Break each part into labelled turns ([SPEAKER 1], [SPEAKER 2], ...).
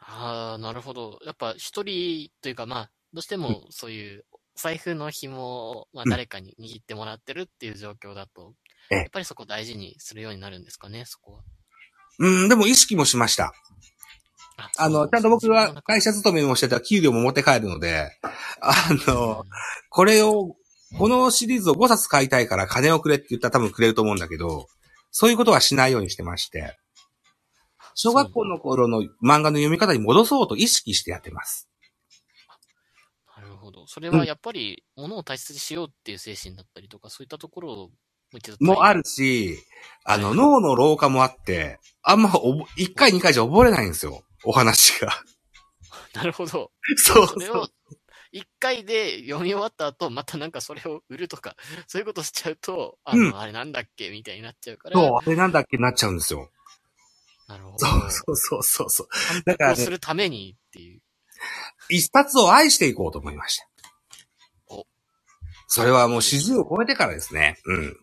[SPEAKER 1] なるほど。やっぱ一人というか、まあ、どうしてもそういう財布の紐を、まあ、
[SPEAKER 2] うん
[SPEAKER 1] 誰かに握ってもらってるっていう状況だと、
[SPEAKER 2] ええ
[SPEAKER 1] やっぱりそこ大事にするようになるんですかね、そこは。
[SPEAKER 2] うん、でも意識もしました。あの、ちゃんと僕が会社勤めもしてたら給料も持って帰るので、あの、これを、このシリーズを5冊買いたいから金をくれって言ったら多分くれると思うんだけど、そういうことはしないようにしてまして、小学校の頃の漫画の読み方に戻そうと意識してやってます。
[SPEAKER 1] なるほど。それはやっぱり、ものを大切にしようっていう精神だったりとか、そういったところをもう一度。
[SPEAKER 2] もあるし、あ
[SPEAKER 1] は
[SPEAKER 2] の、
[SPEAKER 1] い
[SPEAKER 2] 脳の老化もあって、あんまおぼ、1回2回じゃ覚えれないんですよ。お話が。
[SPEAKER 1] なるほど。
[SPEAKER 2] そう
[SPEAKER 1] それ
[SPEAKER 2] そう
[SPEAKER 1] を。、一回で読み終わった後、またなんかそれを売るとか、そういうことしちゃうと、あの、
[SPEAKER 2] うん
[SPEAKER 1] あれなんだっけみたいになっちゃうから。
[SPEAKER 2] そう、あれなんだっけなっちゃうんですよ。
[SPEAKER 1] なるほど。
[SPEAKER 2] そうそうそうそうそう。だか
[SPEAKER 1] こ
[SPEAKER 2] ら
[SPEAKER 1] う
[SPEAKER 2] ね
[SPEAKER 1] す、るためにっていう。
[SPEAKER 2] 一冊を愛していこうと思いました。
[SPEAKER 1] お
[SPEAKER 2] それはもう40を超えてからですね。うん。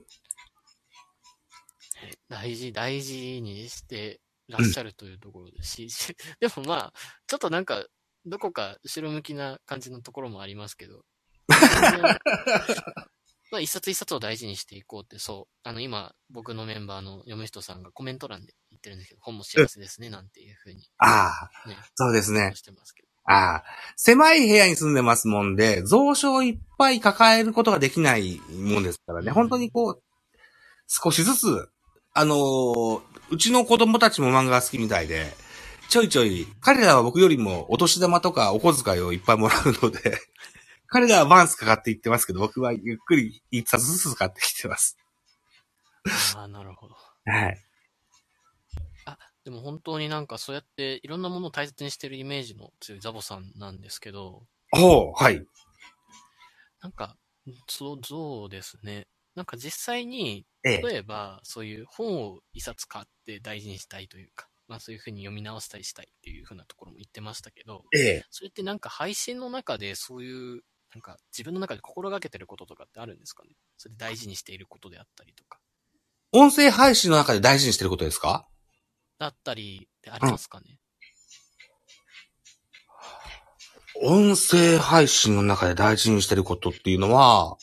[SPEAKER 1] 大事、大事にしてらっしゃるというところですし、し でもまあ、ちょっとなんか、どこか後ろ向きな感じのところもありますけど、 全然まあ一冊一冊を大事にしていこうって、そう、あの今、僕のメンバーの嫁人さんがコメント欄で言ってるんですけど、本も幸せですね、なんていうふうに
[SPEAKER 2] ああ、
[SPEAKER 1] ね、
[SPEAKER 2] そうですね。
[SPEAKER 1] してますけど。
[SPEAKER 2] ああ、狭い部屋に住んでますもんで、蔵書をいっぱい抱えることができないもんですからね。本当にこう、少しずつ、あのーうちの子供たちも漫画が好きみたいで、ちょいちょい、彼らは僕よりもお年玉とかお小遣いをいっぱいもらうので、彼らはバンスかかっていってますけど、僕はゆっくり一冊ずつ買ってきてます。
[SPEAKER 1] ああ、なるほど。
[SPEAKER 2] はい。
[SPEAKER 1] でも本当になんかそうやっていろんなものを大切にしてるイメージの強いザボさんなんですけど、
[SPEAKER 2] ほう、はい。
[SPEAKER 1] なんか、そう、そうですね。なんか実際に、
[SPEAKER 2] ええ。
[SPEAKER 1] 例えば、そういう本を一冊買って大事にしたいというか、まあそういうふうに読み直したりしたいっていうふうなところも言ってましたけど、
[SPEAKER 2] ええ。
[SPEAKER 1] それってなんか配信の中でそういう、なんか自分の中で心がけてることとかってあるんですかねそれで大事にしていることであったりとか、
[SPEAKER 2] 音声配信の中で大事にしてることですか
[SPEAKER 1] だったりってありますかね、
[SPEAKER 2] 音声配信の中で大事にしてることっていうのは、
[SPEAKER 1] は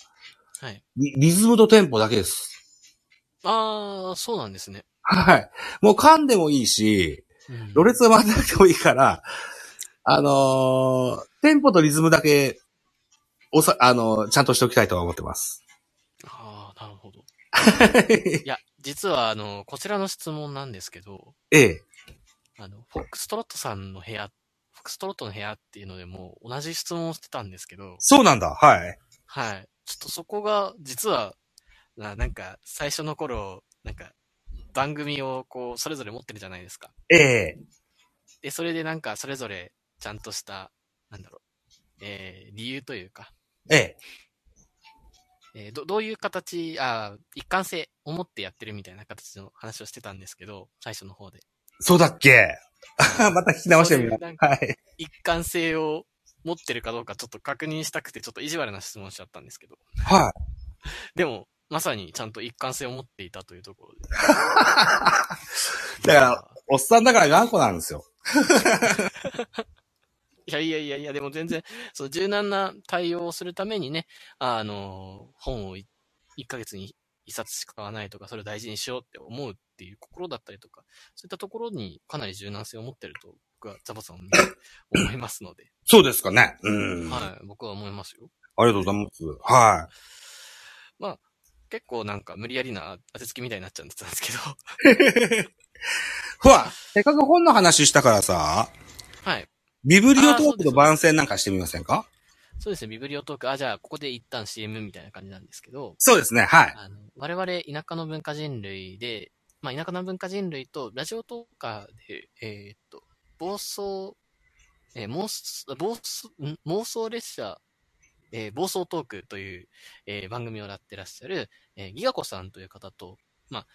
[SPEAKER 1] い。
[SPEAKER 2] リリズムとテンポだけです。
[SPEAKER 1] ああ、そうなんですね。
[SPEAKER 2] はい。もう噛んでもいいし、
[SPEAKER 1] うん
[SPEAKER 2] ろれつが回ってなくてもいいから、あのーテンポとリズムだけ、おさ、あのーちゃんとしておきたいとは思ってます。
[SPEAKER 1] ああ、なるほど。いや、実はあの、こちらの質問なんですけど、
[SPEAKER 2] ええ。
[SPEAKER 1] あの、フォックストロットさんの部屋、フォックストロットの部屋っていうのでも同じ質問をしてたんですけど、
[SPEAKER 2] そうなんだ。はい。
[SPEAKER 1] はい。ちょっとそこが、実は、ななんか、最初の頃、なんか、番組をこう、それぞれ持ってるじゃないですか。
[SPEAKER 2] ええ。
[SPEAKER 1] で、それでなんか、それぞれ、ちゃんとした、なんだろう、えー、理由というか、
[SPEAKER 2] ええ。
[SPEAKER 1] えーど、どういう形、あー一貫性を持ってやってるみたいな形の話をしてたんですけど、最初の方で。
[SPEAKER 2] そうだっけ また聞き直してみよ
[SPEAKER 1] そういうなん
[SPEAKER 2] う。
[SPEAKER 1] か
[SPEAKER 2] はい。
[SPEAKER 1] 一貫性を持ってるかどうかちょっと確認したくて、ちょっと意地悪な質問しちゃったんですけど。
[SPEAKER 2] は
[SPEAKER 1] でも、まさにちゃんと一貫性を持っていたというところで。
[SPEAKER 2] い。だから、おっさんだから頑固なんですよ。
[SPEAKER 1] いやいやいやいや、でも全然、その柔軟な対応をするためにね、あの、本をい1ヶ月に1冊しか買わないとか、それを大事にしようって思うっていう心だったりとか、そういったところにかなり柔軟性を持ってると、僕はザボさんを見て思いますので、
[SPEAKER 2] そうですかね。うん。あ
[SPEAKER 1] はい、僕は思いますよ。
[SPEAKER 2] りがとうございます。は
[SPEAKER 1] 結構なんか無理やりな当てつけみたいになっちゃうんですけど、
[SPEAKER 2] い。ほら、せっかく本の話したからさ、
[SPEAKER 1] はい。
[SPEAKER 2] ビブリオトークの番宣なんかしてみませんか
[SPEAKER 1] そうですね、ビブリオトーク。あ、じゃあ、ここで一旦 CM みたいな感じなんですけど、
[SPEAKER 2] そうですね、はい。
[SPEAKER 1] あの我々、田舎の文化人類で、まあ、田舎の文化人類と、ラジオトーカーで、えーっと、暴走、えー妄想、暴走、ん妄想列車、えー暴走トークという、えー番組をやってらっしゃる、えーギガ子さんという方と、まあ、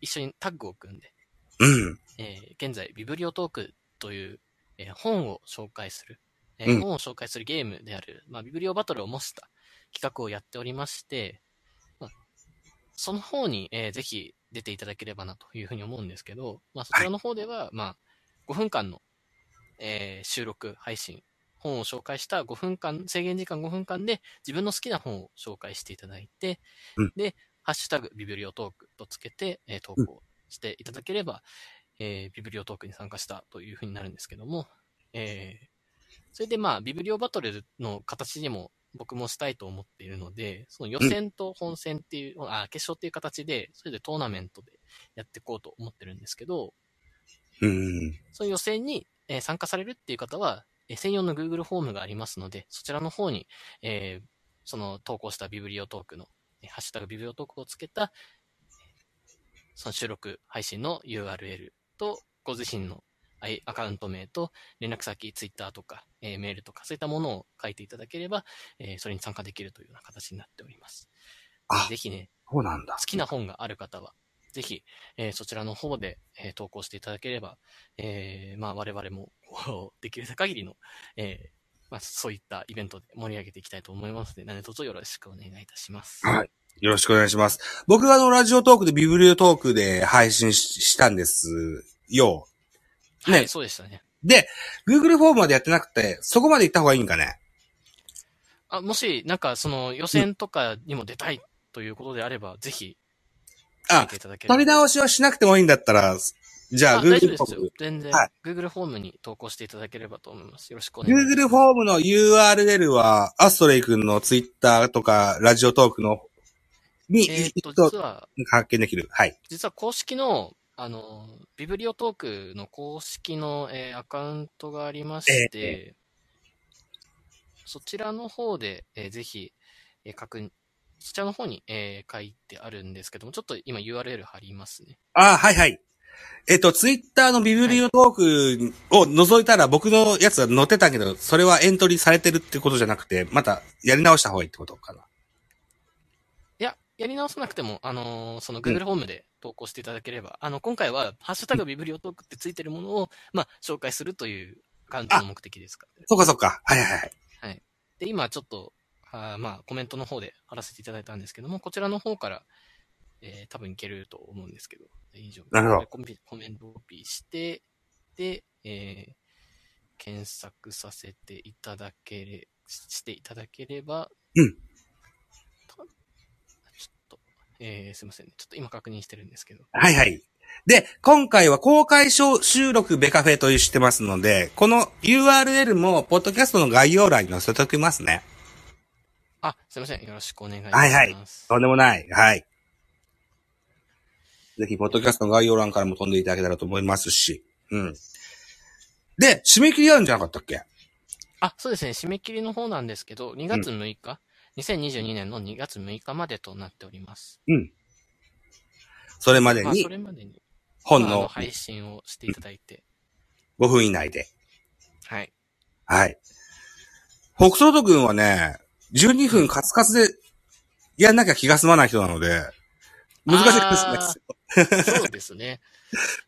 [SPEAKER 1] 一緒にタッグを組んで、
[SPEAKER 2] うん。
[SPEAKER 1] えー現在、ビブリオトークという、えー本を紹介する、え
[SPEAKER 2] う
[SPEAKER 1] ー
[SPEAKER 2] ん
[SPEAKER 1] 本を紹介するゲームである、まあ、ビブリオバトルを模した企画をやっておりまして、まあ、その方に、えーぜひ出ていただければなというふうに思うんですけど、まあ、そちらの方では、まあ、5分間のえー収録、配信、本を紹介した5分間、制限時間5分間で自分の好きな本を紹介していただいて、
[SPEAKER 2] うん
[SPEAKER 1] で、ハッシュタグ、ビブリオトークとつけて、えー投稿していただければ、えービブリオトークに参加したというふうになるんですけども、えーそれでまあ、ビブリオバトルの形にも僕もしたいと思っているので、その予選と本戦っていう、あ、決勝っていう形で、それでトーナメントでやっていこうと思ってるんですけど、
[SPEAKER 2] うん。
[SPEAKER 1] その予選に、えー参加されるっていう方は、えー専用の Google フォームがありますので、そちらの方に、えーその投稿したビブリオトークの、えーハッシュタグビブリオトークをつけた、その収録配信の URL と、ご自身のアイアカウント名と、連絡先、Twitter とか、えーメールとか、そういったものを書いていただければ、えーそれに参加できるというような形になっております。
[SPEAKER 2] あ、
[SPEAKER 1] ぜひね、
[SPEAKER 2] そうなんだ
[SPEAKER 1] 好。きな本がある方は、ぜひ、えーそちらの方で、えー投稿していただければ、えーまあ、我々も、こうできる限りの、えーまあ、そういったイベントで盛り上げていきたいと思いますので、何卒よろしくお願いいたします。
[SPEAKER 2] はいよろしくお願いします。僕があの、ラジオトークで、ビブリオトークで配信ししたんですよ。ね
[SPEAKER 1] はい、そうでしたね。
[SPEAKER 2] で、Google フォームまでやってなくて、そこまで行った方がいいんかね。
[SPEAKER 1] あ、もし、なんか、その、予選とかにも出たいということであれば、ぜひ、
[SPEAKER 2] あ
[SPEAKER 1] 見ていただければ。
[SPEAKER 2] 取り直しはしなくてもいいんだったら、じゃあ
[SPEAKER 1] あ大丈夫
[SPEAKER 2] Google フ
[SPEAKER 1] で
[SPEAKER 2] ォ
[SPEAKER 1] す
[SPEAKER 2] ー
[SPEAKER 1] よ
[SPEAKER 2] ム。。
[SPEAKER 1] 全然、
[SPEAKER 2] はい
[SPEAKER 1] Google フォームに投稿していただければと思います。よろしくお願いします。
[SPEAKER 2] Google フォームの URL は、アストレイ君の Twitter とか、ラジオトークの、に、
[SPEAKER 1] えーっと、
[SPEAKER 2] 行く
[SPEAKER 1] 実は、
[SPEAKER 2] 発見できる。はい。
[SPEAKER 1] 実は公式の、あの、ビブリオトークの公式の、えーアカウントがありまして、
[SPEAKER 2] え
[SPEAKER 1] そちらの方で、えーぜひ、えー確認、そちらの方に、えー書いてあるんですけども、ちょっと今 URL 貼りますね。
[SPEAKER 2] あ、はいはい。えっと、ツイッターのビブリオトークを覗いたら僕のやつは載ってたけど、それはエントリーされてるってことじゃなくて、またやり直した方がいいってことかな。
[SPEAKER 1] いや、やり直さなくても、あのーその Google ホームで投稿していただければ、あの、今回は、ハッシュタグビブリオトークってついてるものを、まあ、紹介するというアカウントの目的ですから、ね。
[SPEAKER 2] そっかそっか。はいはいはい。
[SPEAKER 1] で、今ちょっと、あーまあ、コメントの方で貼らせていただいたんですけども、こちらの方から、えー多分いけると思うんですけど、以上。
[SPEAKER 2] なるほど
[SPEAKER 1] コメントコメントをコピーして、で、えー検索させていただけれ、ししていただければ、
[SPEAKER 2] うん
[SPEAKER 1] た。ちょっと、えーすいませんね。ちょっと今確認してるんですけど。
[SPEAKER 2] はいはい。で、今回は公開収録ベカフェとしてますので、この URL も、ポッドキャストの概要欄に載せておきますね。
[SPEAKER 1] あ、すいません。よろしくお願いします。
[SPEAKER 2] はいはいとんでもない。はい。ぜひ、ポッドキャストの概要欄からも飛んでいただけたらと思いますし。うん。で、締め切りあるんじゃなかったっけ
[SPEAKER 1] あ、そうですね。締め切りの方なんですけど、2月6日、2022年の2月6日までとなっております。
[SPEAKER 2] それまで
[SPEAKER 1] まあ、
[SPEAKER 2] に
[SPEAKER 1] それまでに、
[SPEAKER 2] 本
[SPEAKER 1] まああの
[SPEAKER 2] の
[SPEAKER 1] 配信をしていただいて、
[SPEAKER 2] 5分以内で。
[SPEAKER 1] はい。
[SPEAKER 2] はい。北斗斗君はね、12分カツカツでやんなきゃ気が済まない人なので、難しいかもしれないですよ。
[SPEAKER 1] そうですね。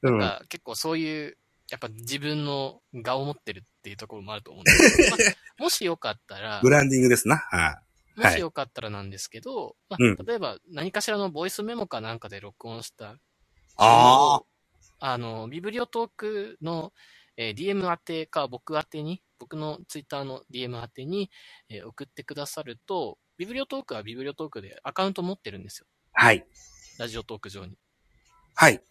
[SPEAKER 2] うん。
[SPEAKER 1] まあ結構そういう、やっぱ自分の顔を持ってるっていうところもあると思うんです けど、まあもしよかったら、
[SPEAKER 2] ブランディングですな。はい。
[SPEAKER 1] もしよかったらなんですけど、まあ
[SPEAKER 2] うん
[SPEAKER 1] 例えば何かしらのボイスメモかなんかで録音した
[SPEAKER 2] ああ。
[SPEAKER 1] あの、ビブリオトークの、えー DM 宛てか僕宛てに、僕のツイッターの DM 宛てに、えー送ってくださると、ビブリオトークはビブリオトークでアカウント持ってるんですよ。
[SPEAKER 2] はい。
[SPEAKER 1] ラジオトーク上に。
[SPEAKER 2] はい。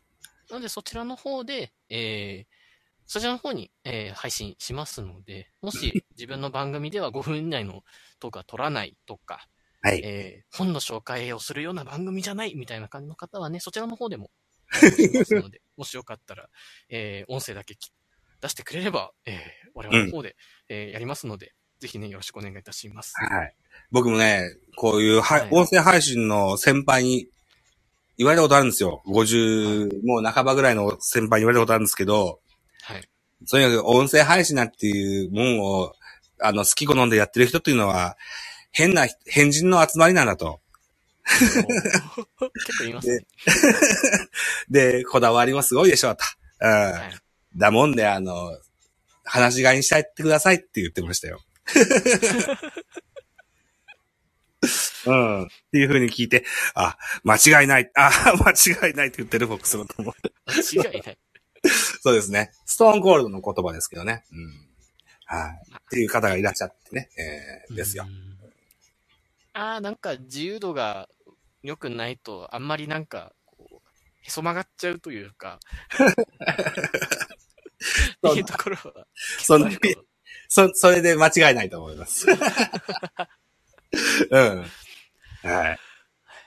[SPEAKER 1] なのでそちらの方で、えーそちらの方に、えー配信しますので、も し自分の番組では5分以内のトークは取らないとか、
[SPEAKER 2] はい。
[SPEAKER 1] えー本の紹介をするような番組じゃないみたいな感じの方はね、そちらの方で も、お願いしますので、もしよかったら、えー音声だけき出してくれれば、えー我々の方で、えーやりますので、ぜひね、よろしくお願いいたします。
[SPEAKER 2] はい。僕もね、こういう、は
[SPEAKER 1] はい
[SPEAKER 2] 音声配信の先輩に言われたことあるんですよ。50、もう半ばぐらいの先輩に言われたことあるんですけど、
[SPEAKER 1] はい。
[SPEAKER 2] とにかく音声配信なんていうもんを、あの、好き好んでやってる人っていうのは、変な、変人の集まりなんだと。
[SPEAKER 1] 結構言いますね。
[SPEAKER 2] で、こだわりもすごいでしょうと。うん。
[SPEAKER 1] はい、
[SPEAKER 2] だもんで、あの、話し飼いにしたいってくださいって言ってましたよ。うん。っていう風に聞いて、あ、間違いない。あ、間違いないって言ってる、僕、そのとも。
[SPEAKER 1] 間違いない。
[SPEAKER 2] そうですね。ストーンコールドの言葉ですけどね。うん。はい。っていう方がいらっしゃってね。えー、 ですよ
[SPEAKER 1] う。ん。ああ、なんか自由度が良くないと、あんまりなんか、こう、へそ曲がっちゃうという か、
[SPEAKER 2] そう
[SPEAKER 1] いいところは。
[SPEAKER 2] そんなそ、それで間違いないと思います。うん。はい。
[SPEAKER 1] あ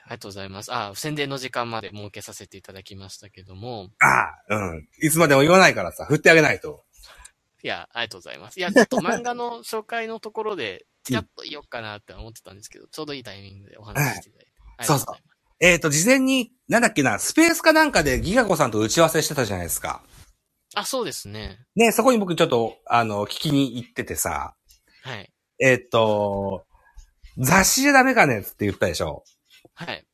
[SPEAKER 1] りがとうございます。あ、宣伝の時間まで設けさせていただきましたけども。
[SPEAKER 2] ああ、うん。いつまでも言わないからさ、振ってあげないと。
[SPEAKER 1] いや、ありがとうござい ます。いや、ちょっと漫画の紹介のところで、ちらっと言おうかなって思ってたんですけど、ちょうどいいタイミングでお話ししていただいて。ありがとございます
[SPEAKER 2] えっ、と、事前に、なんだっけな、スペースかなんかでギガ子さんと打ち合わせしてたじゃないですか。
[SPEAKER 1] あ、そうですね。
[SPEAKER 2] ね、そこに僕ちょっと、あの、聞きに行っててさ、
[SPEAKER 1] はい。
[SPEAKER 2] えっ、と、雑誌じゃダメかねって言ったでしょ。
[SPEAKER 1] はい。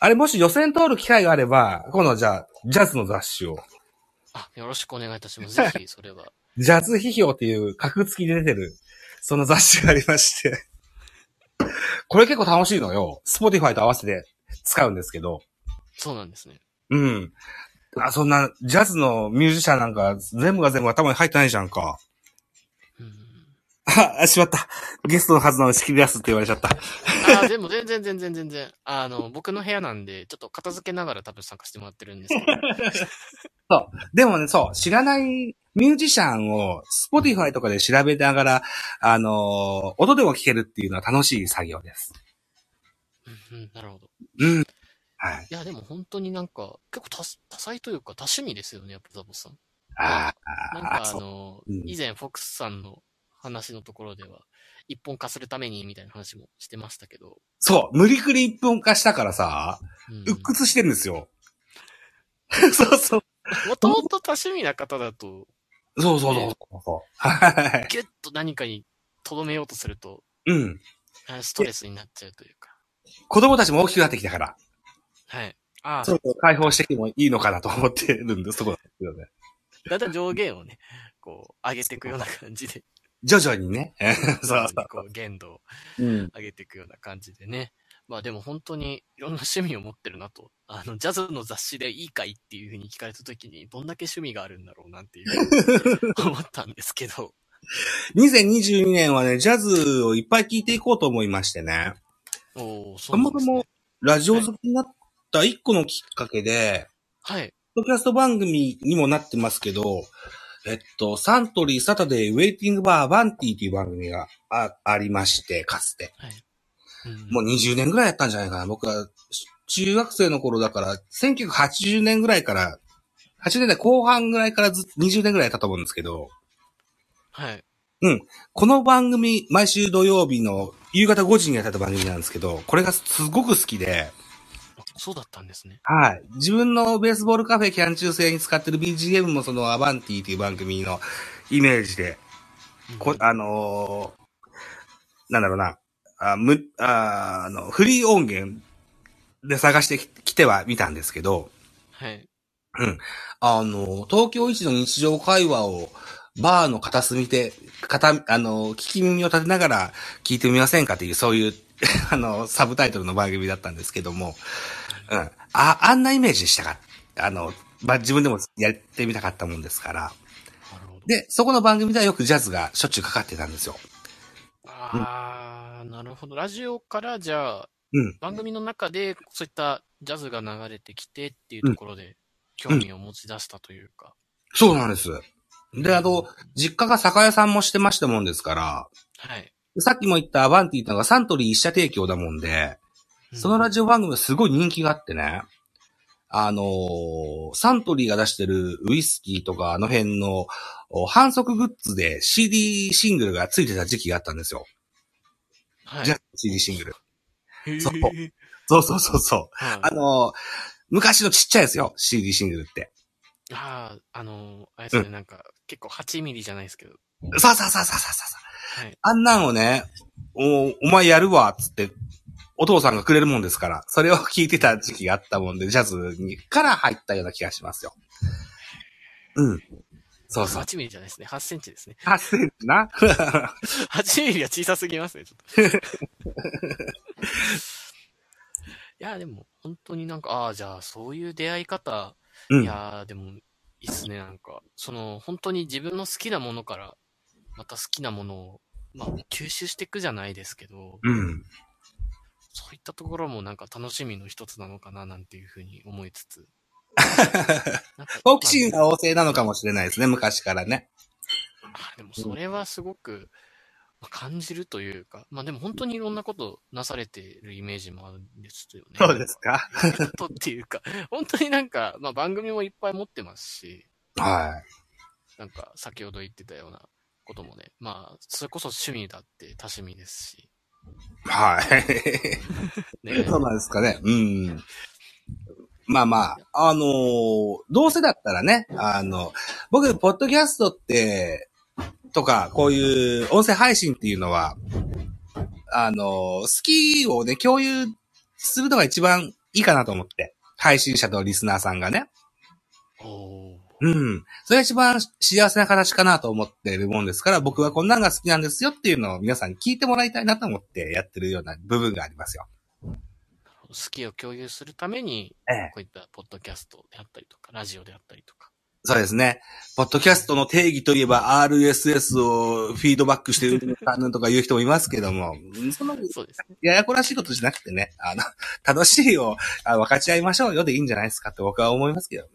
[SPEAKER 2] あれ、もし予選通る機会があれば、今度じゃあ、ジャズの雑誌を、
[SPEAKER 1] あ、よろしくお願いいたし ます。ぜひ、それは。
[SPEAKER 2] ジャズ批評っていう格付きで出てる、その雑誌がありまして。これ結構楽しいのよ。スポティファイと合わせて使うんですけど。
[SPEAKER 1] そうなんですね。
[SPEAKER 2] うん。あそんな、ジャズのミュージシャンなんか、全部が全部頭に入ってないじゃんか。
[SPEAKER 1] うん。
[SPEAKER 2] あ、しまった。ゲストのはずなのに仕切り出すって言われちゃった。
[SPEAKER 1] あ、でも全然全然全然。あの、僕の部屋なんで、ちょっと片付けながら多分参加してもらってるんですけ ど。
[SPEAKER 2] でもね、そう、知らないミュージシャンを、スポティファイとかで調べながら、あのー音でも聴けるっていうのは楽しい作業です。
[SPEAKER 1] うんうん、なるほど。
[SPEAKER 2] うん。はい。
[SPEAKER 1] いや、でも本当になんか、結構多多彩というか、多趣味ですよね、やっぱザボさん。
[SPEAKER 2] あ
[SPEAKER 1] なん
[SPEAKER 2] あ、
[SPEAKER 1] かあ
[SPEAKER 2] そう。
[SPEAKER 1] の、
[SPEAKER 2] うん
[SPEAKER 1] 以前フォックスさんの話のところでは、一本化するためにみたいな話もしてましたけど、
[SPEAKER 2] そう、無理くり一本化したからさ、
[SPEAKER 1] うん
[SPEAKER 2] 鬱屈してるんですよ。 そうそう。
[SPEAKER 1] もともと多趣味な方だと、
[SPEAKER 2] そうそうそうそうそう。はい。
[SPEAKER 1] ぎゅっと何かにとどめようとすると、
[SPEAKER 2] うん。
[SPEAKER 1] あストレスになっちゃうというか。
[SPEAKER 2] 子供たちも大きくなってきたから。
[SPEAKER 1] はい。ああ、
[SPEAKER 2] そろそろ解放してきてもいいのかなと思ってるんです、そこなんですよね。
[SPEAKER 1] だんだん上限をね、こう、上げていくような感 じで、
[SPEAKER 2] 徐々にね。 そうそ
[SPEAKER 1] こう、限度を
[SPEAKER 2] う。うん。
[SPEAKER 1] 上げていくような感じでね。まあでも本当にいろんな趣味を持ってるなと。あの、ジャズの雑誌でいいかいっていうふうに聞かれた時に、どんだけ趣味があるんだろうなっていう 思ったんですけど。
[SPEAKER 2] 2022年はね、ジャズをいっぱい聴いていこうと思いましてね。
[SPEAKER 1] おーそ
[SPEAKER 2] そう
[SPEAKER 1] な
[SPEAKER 2] も
[SPEAKER 1] んで
[SPEAKER 2] そ
[SPEAKER 1] す、ね
[SPEAKER 2] も。ラジオ好きになった一個のきっかけで、
[SPEAKER 1] はい。
[SPEAKER 2] ポッドキャスト番組にもなってますけど、えっと、サントリーサタデーウェイティングバーバンティという番組があありまして、かつて。
[SPEAKER 1] うん
[SPEAKER 2] もう20年ぐらいやったんじゃないかな。僕はし中学生の頃だから、1980年ぐらいから、80年代後半ぐらいからず20年ぐらい経ったと思うんですけど、
[SPEAKER 1] はい。
[SPEAKER 2] この番組、毎週土曜日の夕方5時にやってた番組なんですけど、これがすごく好きで、
[SPEAKER 1] あそうだったんですね。
[SPEAKER 2] はい。自分のベースボールカフェキャン中制に使ってる BGM もそのアバンティという番組のイメージで、
[SPEAKER 1] うん
[SPEAKER 2] こあのーなんだろうな、あむああのフリー音源で探してききてはみたんですけど、
[SPEAKER 1] はい。
[SPEAKER 2] あのー東京一の日常会話をバーの片隅で、片、あのー聞き耳を立てながら聞いてみませんかっていう、そういう、 あのーサブタイトルの番組だったんですけども、うん。あ、あんなイメージでしたかあの、まあ、自分でもやってみたかったもんですから。
[SPEAKER 1] なるほど。
[SPEAKER 2] で、そこの番組ではよくジャズがしょっちゅうかかってたんですよ。
[SPEAKER 1] ああ、なるほど。ラジオから、じゃあ、
[SPEAKER 2] うん
[SPEAKER 1] 番組の中で、そういったジャズが流れてきてっていうところで、興味を持ち出したというか。
[SPEAKER 2] そうなんです。で、あの、実家が酒屋さんもしてましたもんですから、
[SPEAKER 1] はい。
[SPEAKER 2] さっきも言ったアバンティってのがサントリー一社提供だもんで、そのラジオ番組はすごい人気があってね、あのーサントリーが出してるウイスキーとかあの辺のお反則グッズで CD シングルがついてた時期があったんですよ。
[SPEAKER 1] オ、はい
[SPEAKER 2] ジャズの CD シングル。
[SPEAKER 1] へー
[SPEAKER 2] そうそうそうそうそう。
[SPEAKER 1] はい
[SPEAKER 2] あのー昔のちっちゃいですよ、CD シングルって。
[SPEAKER 1] ああ、あのーあれですね、なんか、結構8ミリじゃないですけど。
[SPEAKER 2] さささささささ。
[SPEAKER 1] はい。
[SPEAKER 2] あんなんをね、お、お前やるわ、つって、お父さんがくれるもんですから、それを聞いてた時期があったもんで、ジャズにから入ったような気がしますよ。うん。そうそう。
[SPEAKER 1] 8ミリじゃないですね。8センチですね。
[SPEAKER 2] 8センチな。
[SPEAKER 1] 8ミリは小さすぎますね、ちょっと。い や、でも、本当になんか、ああ、じゃあ、そういう出会い方、
[SPEAKER 2] うん。
[SPEAKER 1] い
[SPEAKER 2] いや
[SPEAKER 1] やーでも、いいいっすね、なんか。その、本当に自分の好きなものから、また好きなものを、まあ、吸収していくじゃないですけど、
[SPEAKER 2] うん。
[SPEAKER 1] そういったところもなんか楽しみの一つなのかな、なんていうふうに思いつ つ。なんか
[SPEAKER 2] 好奇心が旺盛なのかもしれないですね、昔からね。
[SPEAKER 1] あでもそれはすごくまあ感じるというか、まあでも本当にいろんなことなされてるイメージもあるんですよね。
[SPEAKER 2] すか。
[SPEAKER 1] ことっていうか、本当になんか、まあ番組もいっぱい持ってますし、
[SPEAKER 2] は
[SPEAKER 1] なんか先ほど言ってたようなこともね、まあそれこそ趣味だって多趣味ですし、
[SPEAKER 2] い。はい。
[SPEAKER 1] ね。
[SPEAKER 2] そうなんですかね。うん。まあまあ、あのーどうせだったらね、あの、僕、ポッドキャストって、とか、こういう音声配信っていうのは、あのー好きをね、共有するのが一番いいかなと思って。配信者とリスナーさんがね。
[SPEAKER 1] おー
[SPEAKER 2] うん。それが一番幸せな形かなと思ってるもんですから、僕はこんなんが好きなんですよっていうのを皆さんに聞いてもらいたいなと思ってやってるような部分がありますよ。
[SPEAKER 1] 好きを共有するために、
[SPEAKER 2] ええ
[SPEAKER 1] こういったポッドキャストであったりとか、ラジオであったりとか。
[SPEAKER 2] そうですね。ポッドキャストの定義といえば RSS をフィードバックしてるとか言う人もいますけども、そんな
[SPEAKER 1] そうですね。
[SPEAKER 2] ややこらしいことじゃなくてね、あの、楽しいをあ分かち合いましょうよでいいんじゃないですかって僕は思いますけどね。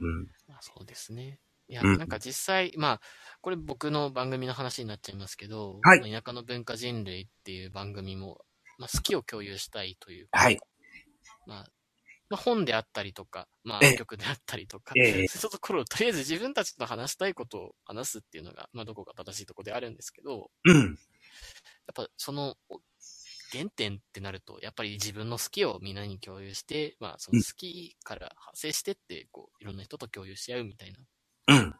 [SPEAKER 2] うん。
[SPEAKER 1] まあ、そうですね。いや、
[SPEAKER 2] うん
[SPEAKER 1] なんか実際、まあ、これ僕の番組の話になっちゃいますけど、
[SPEAKER 2] はい
[SPEAKER 1] まあ田舎の文化人類っていう番組も、まあ、好きを共有したいというか、
[SPEAKER 2] はい。
[SPEAKER 1] まあ、まあ、本であったりとか、ま
[SPEAKER 2] ええ
[SPEAKER 1] あ、曲であったりとか、
[SPEAKER 2] ええ
[SPEAKER 1] そういったところをとりあえず自分たちと話したいことを話すっていうのが、まあ、どこか正しいところであるんですけど、
[SPEAKER 2] うん。
[SPEAKER 1] やっぱそのお原点ってなると、やっぱり自分の好きをみんなに共有して、まあその好きから派生してって、こう、いろんな人と共有し合うみたいな
[SPEAKER 2] うん。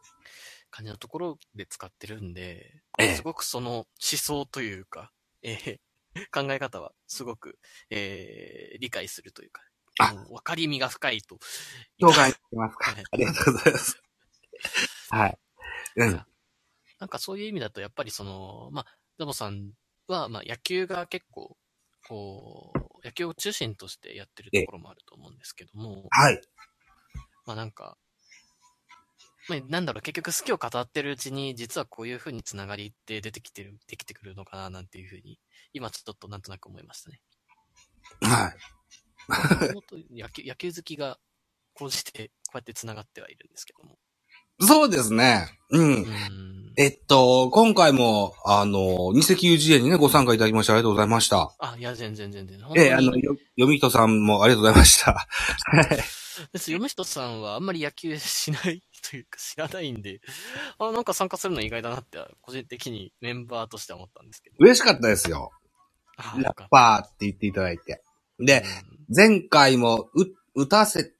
[SPEAKER 1] 感じのところで使ってるんで、
[SPEAKER 2] ええ
[SPEAKER 1] すごくその思想というか、ええ考え方はすごく、ええ理解するというか、
[SPEAKER 2] あ
[SPEAKER 1] もう分かりみが深いと。
[SPEAKER 2] 紹介してますか
[SPEAKER 1] はい
[SPEAKER 2] ありがとうございます。はい。うん。
[SPEAKER 1] なんかそういう意味だと、やっぱりその、まあ、ザボさんは、まあ、野球が結構、こう、野球を中心としてやってるところもあると思うんですけども、
[SPEAKER 2] はい。
[SPEAKER 1] まあなんか、まあ、なんだろう、結局好きを語ってるうちに、実はこういうふうにつながりって出てきてる、できてくるのかな、なんていうふうに、今ちょっとなんとなく思いましたね。
[SPEAKER 2] はい。
[SPEAKER 1] もともと野球野球好きが、こうして、こうやってつながってはいるんですけども。
[SPEAKER 2] そうですね。うん
[SPEAKER 1] う。ん。
[SPEAKER 2] えっと、今回も、あの、二石 UGA にね、ご参加いただきましてありがとうございました。
[SPEAKER 1] あ、いや、全然全然。本
[SPEAKER 2] ええ、あ
[SPEAKER 1] 当に
[SPEAKER 2] の、よ、読み人さんもありがとうございました。
[SPEAKER 1] です。読む人さんはあんまり野球しないというか知らないんで、あ、なんか参加するの意外だなって、個人的にメンバーとしては思ったんですけど。
[SPEAKER 2] 嬉しかったですよ。
[SPEAKER 1] あ、
[SPEAKER 2] ラ
[SPEAKER 1] なん
[SPEAKER 2] ッ
[SPEAKER 1] か。
[SPEAKER 2] パーって言っていただいて。で、
[SPEAKER 1] うん
[SPEAKER 2] 前回も、う、打たせ、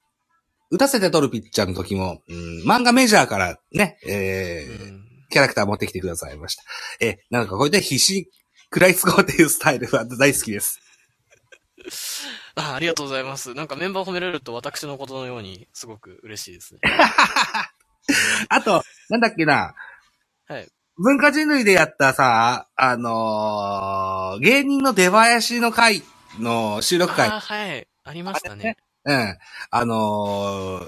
[SPEAKER 2] 打たせて取るピッチャーの時も、うん、漫画メジャーからね、えー
[SPEAKER 1] うん
[SPEAKER 2] キャラクター持ってきてくださいました。えーなんかこうやって必死に食らいつこうっていうスタイルは大好きです。
[SPEAKER 1] あありがとうございます。なんかメンバー褒められると私のことのようにすごく嬉しいですね。
[SPEAKER 2] あと、なんだっけな。
[SPEAKER 1] はい。
[SPEAKER 2] 文化人類でやったさ、あのー芸人の出囃子の回の収録会。
[SPEAKER 1] ああ、はい。ありましたね。
[SPEAKER 2] うん。あのー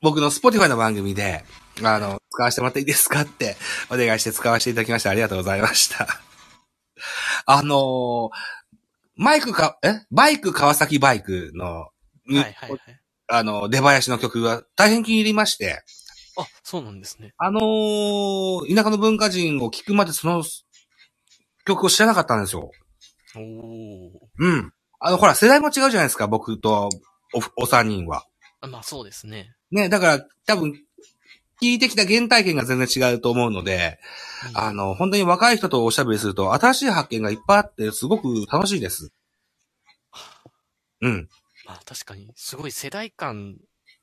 [SPEAKER 2] 僕の Spotify の番組で、あの、使わせてもらっていいですかってお願いして使わせていただきました。ありがとうございました。あのーマイクか、えバイク川崎バイクの、
[SPEAKER 1] はいはいはい。
[SPEAKER 2] あの、出囃子の曲が大変気に入りまして、
[SPEAKER 1] あ、そうなんですね。
[SPEAKER 2] あのー田舎の文化人を聞くまでその曲を知らなかったんですよ。
[SPEAKER 1] おお。
[SPEAKER 2] うん。あの、ほら、世代も違うじゃないですか、僕とお、お三人は。
[SPEAKER 1] あまあそうですね。
[SPEAKER 2] ね、だから、多分、聞いてきた原体験が全然違うと思うので、
[SPEAKER 1] うん
[SPEAKER 2] あの、本当に若い人とおしゃべりすると、新しい発見がいっぱいあって、すごく楽しいです。うん。
[SPEAKER 1] まあ確かに、すごい世代間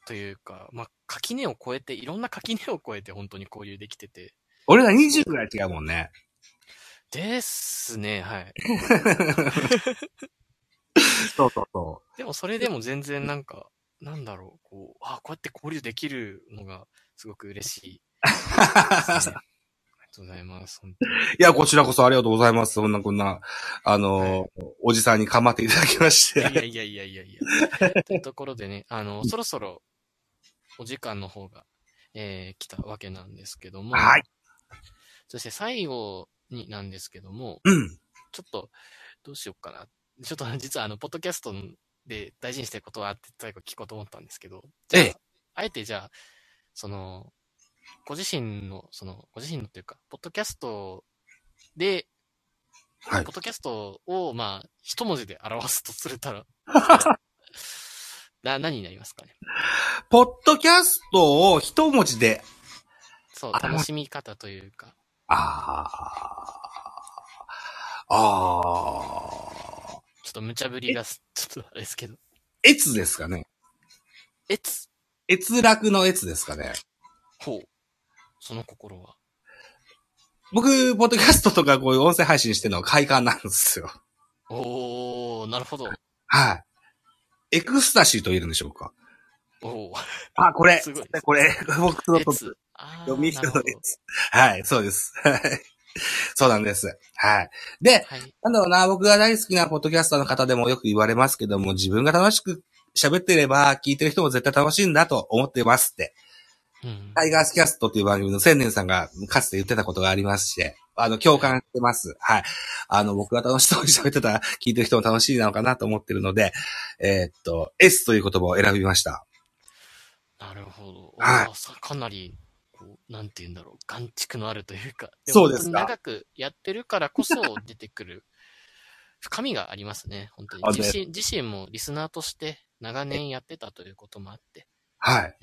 [SPEAKER 1] というか、まあ垣根を越えて、いろんな垣根を越えて本当に交流できてて、
[SPEAKER 2] 俺ら20ぐらい違うもんね。
[SPEAKER 1] ですね、はい。
[SPEAKER 2] そうそうそ
[SPEAKER 1] でもそれでも全然なんか、なんだろう、こう、あこうやって交流できるのがすごく嬉しいですね、ありがとうございます。本当に
[SPEAKER 2] う。いや、こちらこそありがとうございます。そんなこんな、あの、
[SPEAKER 1] は
[SPEAKER 2] おじさんに構 っていただきまし
[SPEAKER 1] い
[SPEAKER 2] て。
[SPEAKER 1] やいやいやいやいやいや。というところでね、あの、そろそろ、お時間の方が、えー来たわけなんですけども、
[SPEAKER 2] はい。
[SPEAKER 1] そして最後になんですけども、
[SPEAKER 2] うん。
[SPEAKER 1] ちょっと、どうしようかな。ちょっと実はあの、ポッドキャストで大事にしてることはって最後聞こうと思ったんですけど、じゃあ、
[SPEAKER 2] ええ
[SPEAKER 1] あえてじゃあ、その、ご自身の、その、ご自身のというか、ポッドキャストで、
[SPEAKER 2] はい
[SPEAKER 1] ポッドキャストを、まあ、一文字で表すとする たら、な、何になりますかね。
[SPEAKER 2] ポッドキャストを一文字で、
[SPEAKER 1] そう、
[SPEAKER 2] あ
[SPEAKER 1] 楽しみ方というか、
[SPEAKER 2] ああ、ああ、
[SPEAKER 1] ちょっと無茶ぶりがす、ちょっとあれですけど、
[SPEAKER 2] えつですかね。
[SPEAKER 1] えつ、
[SPEAKER 2] 閲楽のえつですかね。
[SPEAKER 1] ほう、その心は。
[SPEAKER 2] 僕、ポッドキャストとかこういう音声配信してるのは快感なんですよ。
[SPEAKER 1] おー、なるほど。
[SPEAKER 2] はい。エクスタシーと言えるんでしょうか。
[SPEAKER 1] おー。
[SPEAKER 2] あ、これ
[SPEAKER 1] すごい。
[SPEAKER 2] これ、僕のと
[SPEAKER 1] 列あー
[SPEAKER 2] 読み人
[SPEAKER 1] な
[SPEAKER 2] の
[SPEAKER 1] るほど
[SPEAKER 2] やつはい、そうです。はいそうなんです。はい。で、
[SPEAKER 1] はい。
[SPEAKER 2] なんだろうな、僕が大好きなポッドキャスターの方でもよく言われますけども、自分が楽しく喋ってれば、聞いてる人も絶対楽しいんだと思ってますって。
[SPEAKER 1] うん。
[SPEAKER 2] タイガースキャストっていう番組の千年さんがかつて言ってたことがありますし、あの、共感してます。はい。あの、僕が楽しそうに喋ってたら、聞いてる人も楽しいなのかなと思ってるので、えーっと、S という言葉を選びました。
[SPEAKER 1] なるほど。
[SPEAKER 2] はい
[SPEAKER 1] あーさかなり、こう、なんて言うんだろう。眼蓄のあるというか。
[SPEAKER 2] そうですか
[SPEAKER 1] 本当に長くやってるからこそ出てくる深みがありますね。本当に
[SPEAKER 2] あ。ね
[SPEAKER 1] 自身、自身もリスナーとして長年やってたということもあって、
[SPEAKER 2] はい。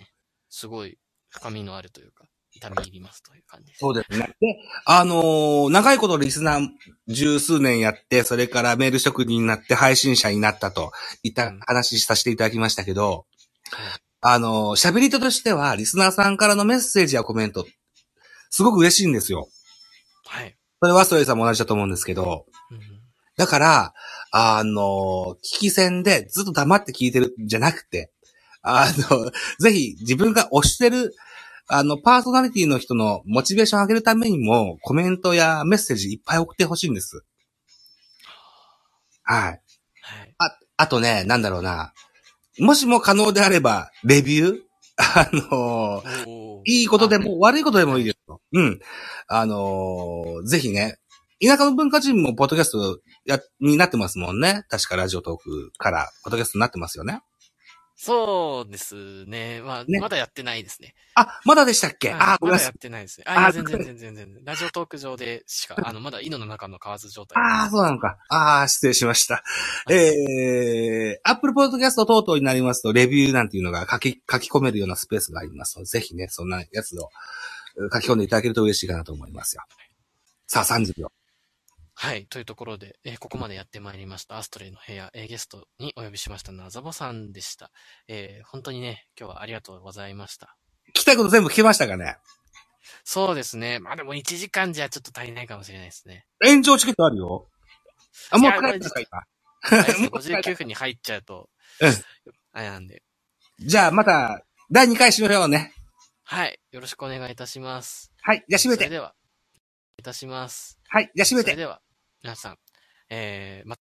[SPEAKER 1] すごい深みのあるというか、痛み入りますという感じです。
[SPEAKER 2] そうですね。で、あのー長いことリスナー十数年やって、それからメール職人になって配信者になったといった話させていただきましたけど、
[SPEAKER 1] はい
[SPEAKER 2] あのー喋り手としては、リスナーさんからのメッセージやコメント、すごく嬉しいんですよ。
[SPEAKER 1] はい。
[SPEAKER 2] それはソエさんも同じだと思うんですけど、
[SPEAKER 1] うん
[SPEAKER 2] だから、あの、聞き戦でずっと黙って聞いてるんじゃなくて、あの、ぜひ自分が推してる、あの、パーソナリティの人のモチベーションを上げるためにも、コメントやメッセージいっぱい送ってほしいんです。はい。
[SPEAKER 1] はい。
[SPEAKER 2] あとね、なんだろうな。もしも可能であれば、レビュー あの、
[SPEAKER 1] おー
[SPEAKER 2] いいことでも、悪いことでもいいですよ。うん。あのーぜひね、田舎の文化人もポッドキャストや、になってますもんね。確かラジオトークから、ポッドキャストになってますよね。
[SPEAKER 1] そうですね。まあ、
[SPEAKER 2] ね
[SPEAKER 1] まだやってないですね。
[SPEAKER 2] あ、まだでしたっけ、
[SPEAKER 1] はい
[SPEAKER 2] あ、ごめん
[SPEAKER 1] まだ
[SPEAKER 2] なさ
[SPEAKER 1] や
[SPEAKER 2] い
[SPEAKER 1] っ。てないですね。あ、いや
[SPEAKER 2] あ
[SPEAKER 1] 全然全然全然。ラジオトーク上でし か、あの、まだ井戸の中の蛙状態。
[SPEAKER 2] ああ、そうなのか。ああ、失礼しました。えー、Apple Podcast 等々になりますと、レビューなんていうのが書き、書き込めるようなスペースがありますので、ぜひね、そんなやつをう書き込んでいただけると嬉しいかなと思いますよ。さあ、30秒。
[SPEAKER 1] はい。というところで、えーここまでやってまいりました。アストレイの部屋、えーゲストにお呼びしましたのはザボさんでした。えー本当にね、今日はありがとうございました。
[SPEAKER 2] 聞きたいこと全部聞けましたかね
[SPEAKER 1] そうですね。まあでも1時間じゃちょっと足りないかもしれないです ね。
[SPEAKER 2] 延長チケットあるよ。あ、もう帰ったか、今。
[SPEAKER 1] あれですね59分に入っちゃうと
[SPEAKER 2] うん、
[SPEAKER 1] あれなんで。
[SPEAKER 2] じゃあ、また、第2回しましょうね。
[SPEAKER 1] はい。よろしくお願いいたします。
[SPEAKER 2] はい。じゃあ、閉め
[SPEAKER 1] それ
[SPEAKER 2] て。
[SPEAKER 1] では、いたします。
[SPEAKER 2] はい。じゃあ、閉め
[SPEAKER 1] そ
[SPEAKER 2] て
[SPEAKER 1] れ。では、皆さん、えー、ま